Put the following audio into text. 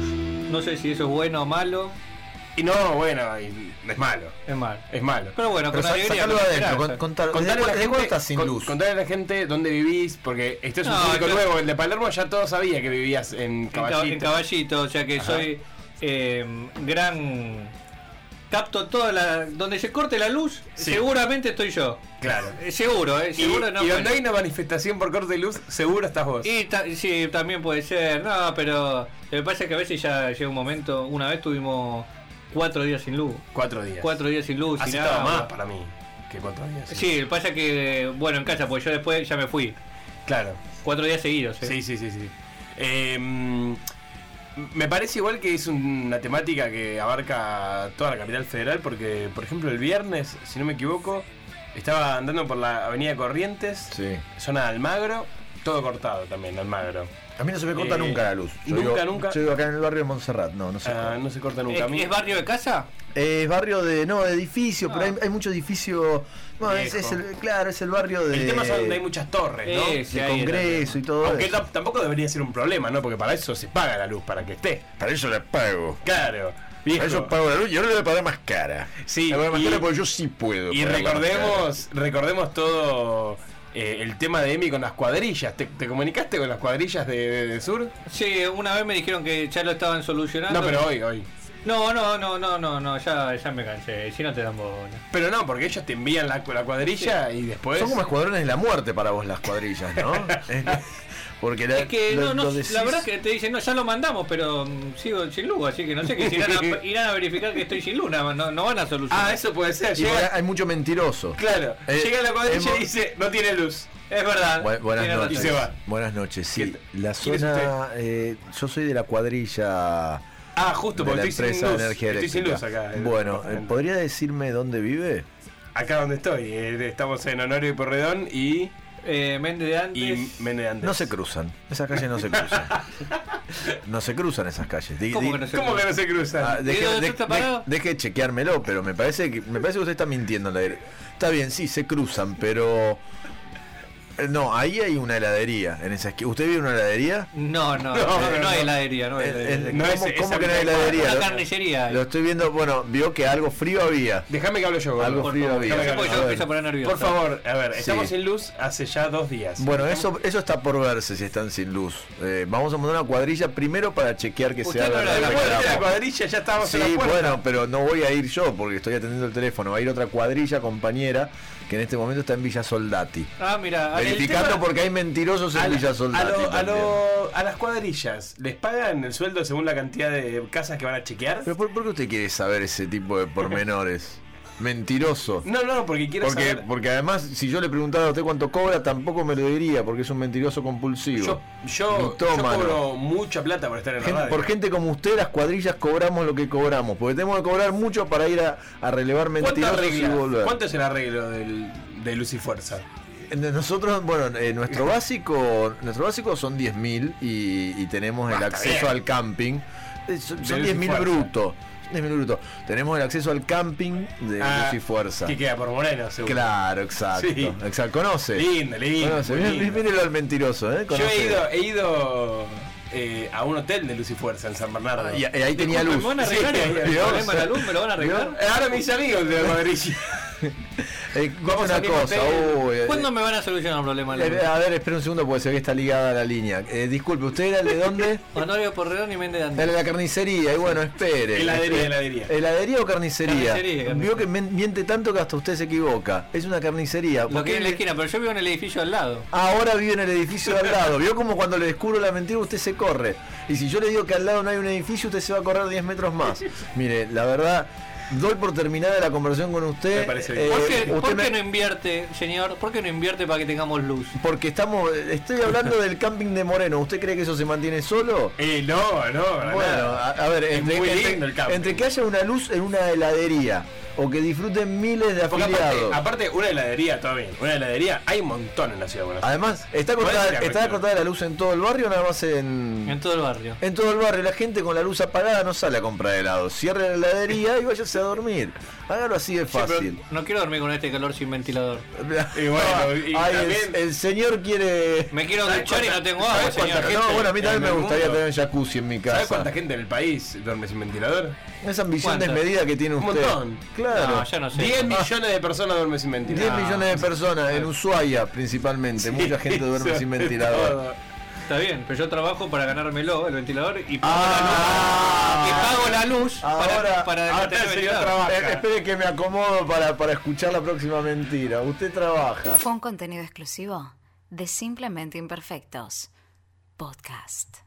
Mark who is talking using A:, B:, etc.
A: No sé si eso es bueno o malo.
B: Y no, bueno, y es malo.
A: Es malo.
B: Es malo.
A: Pero bueno,
C: Pero
A: con
C: sa-
A: alegría.
C: sacalo
A: con
C: de adentro.
A: esperanza.
C: con- contar-
B: Contarle
C: ¿Desde
B: a la
C: cu- desde
B: gente,
C: cuándo estás sin
B: con-
C: luz?
B: contarle a la gente dónde vivís, porque este es un
A: No,
B: público
A: yo-
B: nuevo. El de Palermo ya todos sabía que vivías en
A: En cab-
B: Caballito.
A: En caballito, o sea que soy eh, gran. Capto toda la. Donde se corte la luz,
B: Sí.
A: seguramente estoy yo.
B: Claro.
A: Eh, Seguro, eh,
B: Y,
A: seguro no.
B: y
A: bueno.
B: donde hay una manifestación por corte de luz, seguro estás vos.
A: Y ta- sí, también puede ser, no, pero lo que pasa es que a veces ya llega un momento, una vez tuvimos cuatro días sin luz,
B: Cuatro días.
A: cuatro días sin luz,
B: Así
A: sin
B: estaba
A: nada.
B: más para mí que cuatro días.
A: Sí, lo que pasa es que, bueno, en casa, pues yo después ya me fui,
B: Claro.
A: cuatro días seguidos. eh.
B: Sí, sí, sí, sí. Eh, mm, me parece igual que es una temática que abarca toda la capital federal porque, por ejemplo, el viernes, si no me equivoco, estaba andando por la avenida Corrientes,
C: Sí.
B: zona de Almagro, todo cortado también, Almagro.
C: A mí no se me corta
B: Eh,
C: nunca la luz. Yo
B: nunca,
C: vivo-
B: nunca.
C: Yo vivo acá en el barrio de Montserrat. No, no se
B: Ah,
C: corta.
B: no se corta
A: ¿Es,
B: nunca. A mí-
A: es barrio de casa?
C: Eh, Es barrio de, no, de edificio,
A: Ah.
C: pero hay, hay mucho edificio. No, es,
B: Viejo.
C: es el, claro, es el barrio de.
B: El tema es donde hay muchas torres, ¿no?
A: Eh, sí,
C: de
A: ahí
C: congreso y todo
B: Aunque
C: eso.
B: tam- tampoco debería ser un problema, ¿no? Porque para eso se paga la luz, para que esté.
C: Para eso la pago.
B: Claro. viejo.
C: pago la luz. Yo no le voy a pagar más cara.
B: Sí, Le voy a pagar más y- cara porque
C: yo sí puedo.
B: Y recordemos, recordemos todo eh, el tema de Emi con las cuadrillas. ¿Te, te comunicaste con las cuadrillas de, de- de Sur?
A: Sí, una vez me dijeron que ya lo estaban solucionando.
B: No, pero hoy, hoy.
A: No, no, no, no, no, no, ya, ya me cansé, si no te dan bola.
B: Pero no, porque ellos te envían la, la cuadrilla y después.
C: Son como escuadrones de la muerte para vos las cuadrillas, ¿no? Porque la,
A: Es que
C: Eh, lo-
A: no, no,
C: lo decís-
A: la verdad que te dicen, no, ya lo mandamos, pero mm, sigo sin luz, así que no sé qué si irán a, irán a verificar que estoy sin luz, nada más, no, no van a solucionar.
B: Ah, eso puede ser.
C: y porque
B: Llega,
C: hay mucho mentiroso.
B: claro,
C: Eh,
B: llega la cuadrilla
C: hemos-
B: y dice: No tiene luz.
A: es verdad.
C: Bu- buenas
A: tiene
C: noches.
B: Y se va.
C: Buenas noches, sí.
B: ¿Qué-
C: La
B: quién es
C: zona. eh, yo soy de la cuadrilla
B: Ah, justo,
C: de
B: porque
C: la
B: estoy sin
C: empresa
B: luz.
C: de energía
B: estoy
C: eléctrica.
B: sin luz acá. en-
C: bueno, eh, ¿podría decirme dónde vive?
B: Acá donde estoy. eh, estamos en Honorio y Porredón y.
A: Eh, Méndez de antes.
B: Y Mene de Andes.
C: No se cruzan. Esas calles no se cruzan. no se cruzan esas calles. Di-
A: ¿Cómo
C: di-
A: que no se
B: ¿Cómo que no se cruzan?
C: Ah, deje,
A: ¿Y dónde
C: de-
A: está
C: de-
A: parado?
C: deje de chequeármelo, pero me parece que me parece que usted está mintiendo. en la dire- Está bien, sí, se cruzan, pero eh, no, ahí hay una heladería en esa esquina. ¿Usted vive en una heladería?
A: No, no, no, no,
B: No, no,
A: hay
B: no.
A: heladería, no hay
C: Eh,
A: heladería.
C: eh,
B: No,
C: ¿Cómo,
B: ese-
C: cómo
B: esa
C: que no
B: mitad
C: hay
B: de
C: heladería?
A: Una
C: Lo-
A: carnicería.
C: Lo estoy viendo, bueno, vio que algo frío había.
B: Déjame que hable yo, gordo.
C: Algo
B: Por
C: frío
B: favor,
C: había.
B: déjame que
A: Después
B: hable
A: yo
C: a
A: me
C: ver.
A: empiezo a poner nervioso.
B: Por favor, a ver, estamos
C: Sí.
B: sin luz hace ya dos días.
C: Bueno, eso, eso está por verse si están sin luz. Eh, vamos a mandar una cuadrilla primero para chequear que
A: Usted
C: sea
A: no era de
B: La
C: verdad.
B: puerta de la
C: reclamo.
B: cuadrilla ya estábamos
C: Sí,
B: en la puerta.
C: bueno, pero no voy a ir yo porque estoy atendiendo el teléfono. Va a ir otra cuadrilla compañera que en este momento está en Villa Soldati.
A: Ah, mira, el
C: Verificando
A: tema-
C: porque hay mentirosos en
B: A, la-
C: Villa
B: a,
C: Soldati.
B: lo- a,
C: también.
B: lo- a las cuadrillas, ¿les pagan el sueldo según la cantidad de casas que van a chequear?
C: Pero por, por qué usted quiere saber ese tipo de pormenores? Mentiroso.
B: No, no, porque quiero
C: Porque,
B: saber.
C: porque además, si yo le preguntara a usted cuánto cobra, tampoco me lo diría, porque es un mentiroso compulsivo.
B: Yo, yo, yo
C: Mitómano.
B: cobro mucha plata por estar en la
C: Gen-
B: radio.
A: eh.
C: por gente como usted, las cuadrillas cobramos lo que cobramos, porque tenemos que cobrar mucho para ir a, a relevar
B: ¿Cuánto,
C: mentirosos y
B: arregla?
C: volver.
B: ¿Cuánto es el arreglo del, de Luz y Fuerza?
C: Eh, Nosotros, bueno, eh, nuestro básico nuestro básico son 10.000 y, y tenemos el
B: Ah, está
C: acceso
B: bien.
C: al camping. Eh, Son, son
B: De luz y
C: 10.000
B: fuerza.
C: brutos. 10.000 brutos. Tenemos el acceso al camping de
B: Ah,
C: luz y fuerza.
B: Que queda por Moreno, seguro.
C: Claro, exacto.
B: Sí.
C: Exacto. Conoce.
B: Lindo, lindo.
C: Conoce.
B: muy
C: Mire-
B: lindo.
C: mírelo al mentiroso, ¿eh?
B: Yo
C: Conoce.
B: he ido, he ido eh, a un hotel de Luz y Fuerza en San Bernardo.
C: Ah,
B: Eh,
C: Y, y ahí tenía
A: ¿Me
C: luz.
A: van a arreglar
B: Sí,
A: el
B: Dios.
A: problema de la luz? ¿Me lo van a arreglar?
B: Eh, Ahora mis amigos de la cuadrilla.
C: Eh,
B: Vamos
C: una
B: al mismo
C: cosa.
B: hotel.
C: uy, eh,
A: ¿Cuándo me van a solucionar el problema de la
C: eh,
A: luz?
C: a ver, espera un segundo porque se ve que está ligada a la línea. Eh, disculpe, ¿usted era el de dónde?
A: Honorio Porredón y Méndez de Andes.
C: Era la carnicería, y bueno, espere.
B: Heladería, heladería.
C: ¿Heladería o carnicería?
A: Carnicería, carnicería.
C: Vio que men- miente tanto que hasta usted se equivoca. Es una carnicería.
A: Lo
C: ¿Por
A: que
C: qué
A: es en la
C: le-
A: esquina, pero yo vivo en el edificio al lado.
C: Ahora vive en el edificio de al lado. Vio como cuando le descubro la mentira usted se corre. Y si yo le digo que al lado no hay un edificio, usted se va a correr 10 metros más. Mire, la verdad, doy por terminada la conversación con usted. Eh,
B: Me parece bien.
A: ¿Por qué,
C: usted
A: por
C: me-
A: qué no invierte, señor? ¿Por qué no invierte para que tengamos luz?
C: Porque estamos, estoy hablando del camping de Moreno. ¿Usted cree que eso se mantiene solo?
B: Eh, no, no, para
C: Bueno,
B: nada.
C: a, a ver,
B: Es
C: entre,
B: muy
C: entre-
B: lindo el camping.
C: entre que haya una luz en una heladería, o que disfruten miles de
B: Porque aparte,
C: afiliados.
B: aparte, una heladería, todo bien. Una heladería hay un montón en la ciudad de Buenos Aires.
C: Además, está
B: ¿Cuál es
C: cortada,
B: la
C: está
B: cuestión?
C: cortada la luz en todo el barrio, o nada más
A: En
C: en,
A: todo el barrio.
C: en todo el barrio. La gente con la luz apagada no sale a comprar helado. Cierre la heladería y váyase a dormir. Hágalo así de
A: Sí, pero
C: fácil.
A: no quiero dormir con este calor sin ventilador.
B: Y bueno, y
C: Ay, el- el,
B: también-
C: señor quiere.
A: Me quiero
B: ¿Sabes
A: duchar y
B: cuánta-
A: no tengo agua,
B: sabes cuánta
A: señor.
B: gente-
C: No, bueno, a mí
B: en
C: también me
B: el
C: gustaría
B: mundo.
C: tener jacuzzi en mi
B: ¿Sabes
C: casa.
B: cuánta gente en el país duerme sin ventilador?
C: Esa ambición
A: ¿Cuánta?
C: desmedida que tiene
B: Un
C: usted.
B: montón.
C: Claro.
A: No, yo no sé.
B: 10 millones de personas duermen sin
C: 10
B: ventilador.
C: millones de personas en Ushuaia principalmente. Mucha gente duerme
B: Eso
C: sin
B: es
C: ventilador.
B: todo.
A: Está bien, pero yo trabajo para ganármelo, el ventilador, y pago
C: Ah.
A: la luz. Y pago la luz
C: Ahora-
A: para, para
B: ahora
A: tener
B: el señor
A: ventilador.
B: trabaja.
C: Eh, espere que me acomodo para, para escuchar la próxima mentira. Usted trabaja.
D: Fue un contenido exclusivo de Simplemente Imperfectos. Podcast.